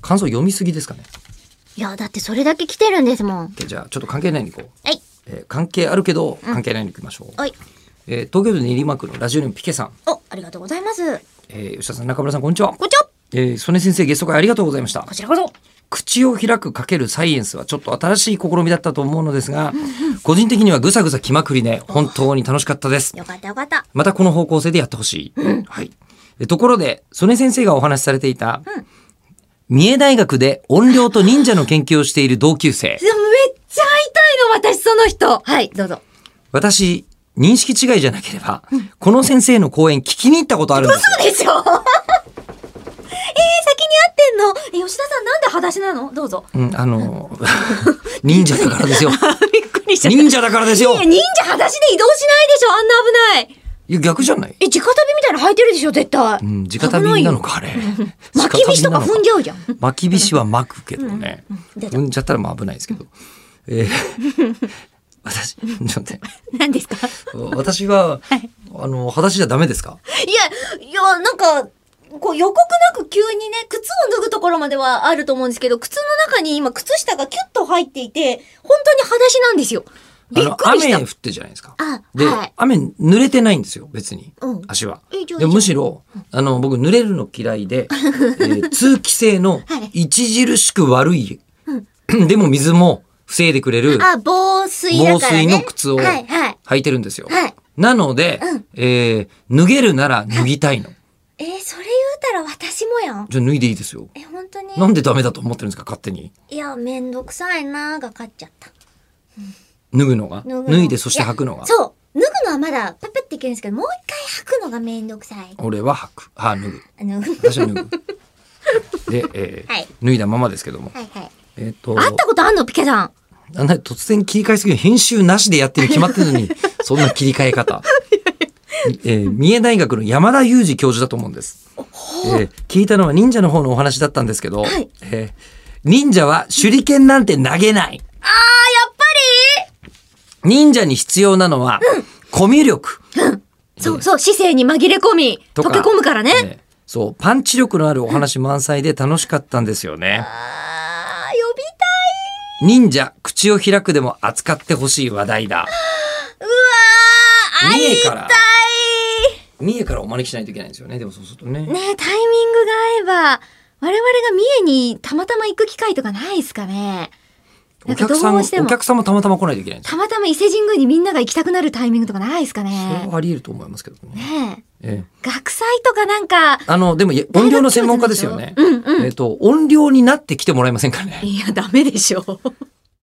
感想読みすぎですかね。いや、だってそれだけ来てるんですもん。 OK じゃあ、ちょっと関係ないに行こう。はい。えー関係あるけど、関係ないに行きましょう。はい。えー東京都練馬区のラジオネームピケさん、お、ありがとうございます。えー吉田さん、中村さん、こんにちは。こんにちは。えー、曽根先生、ゲスト会ありがとうございましたこ。ちらこそ。口を開くかけるサイエンスはちょっと新しい試みだったと思うのですが、個人的にはぐさぐさ来まくりで、本当に楽しかったです。よかったよかった。またこの方向性でやってほしい。はい。えところで、曽根先生がお話しされていた、三重大学で音量と忍者の研究をしている同級生。いや、めっちゃ会いたいの、私その人。はい、どうぞ。私、認識違いじゃなければ、この先生の講演聞きに行ったことあるんですよ。そうでしょ えー、先に会ってんの。え吉田さんなんで裸足なのどうぞ。うん、あの、 忍者だからですよ。 びっくりし忍者だからですよいや、。忍者裸足で移動しないでしょ、あんな危ない。いや、逆じゃない。え、直旅みたいなの履いてるでしょ、絶対。うん、直旅なのか、あれ。巻きびしとか踏んじゃうじゃん。巻きびしは巻くけどね。出た踏んじゃったらまあ危ないですけど。えー私、ちょっと待って。 何ですか私は、あの、裸足じゃダメですかいや、いや、なんか、こう予告なく急にね、靴を脱ぐところまではあると思うんですけど、靴の中に今靴下がキュッと入っていて、本当に裸足なんですよ。びっくりしあの雨降た。ってじゃないですか。あで、はい雨濡れてないんですよ、別に。うん足はえ。じゃあでいいじゃんむしろ、あの、僕濡れるの嫌いで、えー通気性の はい著しく悪い、 でも水も防いでくれるあ、防水だ防からね。水の靴をはい、はい。履いてるんですよ。はいなので、うんえー脱げるなら脱ぎたいの。 えーそれ言うたら私もやん。じゃあ脱いでいいですよ。え、本当になんでダメだと思ってるんですか、勝手に。いや、めんどくさいなーが勝っちゃった。脱ぐのが。脱ぐの脱いで、そして履くのがや。そう。脱ぐのはまだパパっていけるんですけど、もう一回履くのがめんどくさい。俺は履く。あ、脱ぐ。あの、 はい私は脱ぐ。 で、えーはい脱いだままですけども。はい。えっ、と、会ったことあんのピケさん。なんだよ突然切り替えすぎる編集なしでやってる決まってる のに、そんな切り替え方。えー三重大学の山田裕二教授だと思うんです、えー聞いたのは忍者の方のお話だったんですけど、はいえー忍者は手裏剣なんて投げない。あー、やっぱり忍者に必要なのは、コミュ力。そうそう、姿勢に紛れ込み、と溶かけ込むからね。えーそう、パンチ力のあるお話満載で楽しかったんですよね。ああ、呼び忍者、口を開くでも扱ってほしい話題だ。たい。うわー、三会い重たからい。三重からお招きしないといけないんですよね。でもそうするとね。ねえタイミングが合えば、我々が三重にたまたま行く機会とかないですかね。なおんか客どさん、うおしても、客さんもたまたま来ないといけないんですよ。たまたま伊勢神宮にみんなが行きたくなるタイミングとかないですかそれね。はあり得ると思いますけどね。ねえええ学祭とかなんか、あの、でもいや音量の専門家ですよね。うんうんえっと、音量になってきてもらえませんかね。いや、ダメでしょ。